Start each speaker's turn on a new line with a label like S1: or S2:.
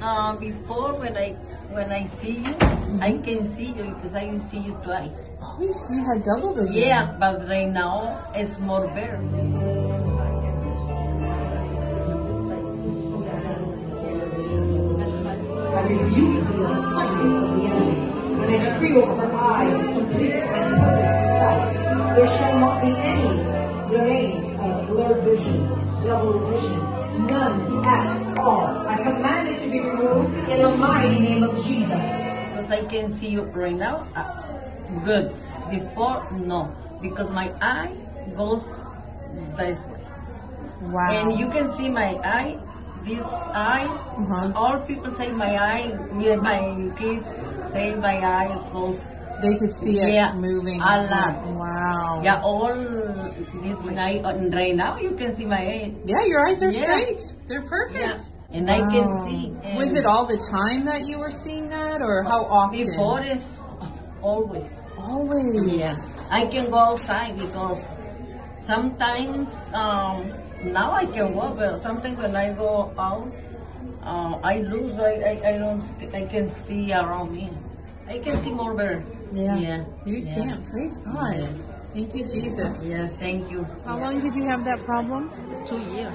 S1: uh, before when I when I see you, I can see you because I see you twice.
S2: You had doubled or
S1: Yeah, but right now it's more better.
S3: I rebuke the assignment of the enemy. And I decree over her eyes complete and perfect sight. There shall not be any remains of blurred vision, double vision, none at all. I command it to be removed in the mighty name of Jesus.
S1: Because I can see you right now, uh, good. Before, no, because my eye goes this way.
S2: Wow.
S1: And you can see my eye, this eye.
S2: Mhm.
S1: All people say my eye, me- my kids say my eye goes.
S2: they could see it
S1: Yeah,
S2: moving
S1: a lot.
S2: Wow.
S1: Yeah, all this when I and right now you can see my eye.
S2: Yeah, your eyes are
S1: Yeah.
S2: straight. They're
S1: Yeah,
S2: perfect.
S1: and I can
S2: Wow.
S1: see. and- Oh,
S2: Was it all the time that you were seeing that, or how often?
S1: Before is always.
S2: Always.
S1: Yeah, I can go outside because sometimes um, now I can walk, but sometimes when I go out, uh, I lose. I, I, I don't. st- I can see around me. I can see more better.
S2: Yeah.
S1: Yeah.
S2: You
S1: Yeah.
S2: can. Praise God. Thank you, Jesus.
S1: Yes. Thank you.
S2: How long did you have that problem?
S1: Two years.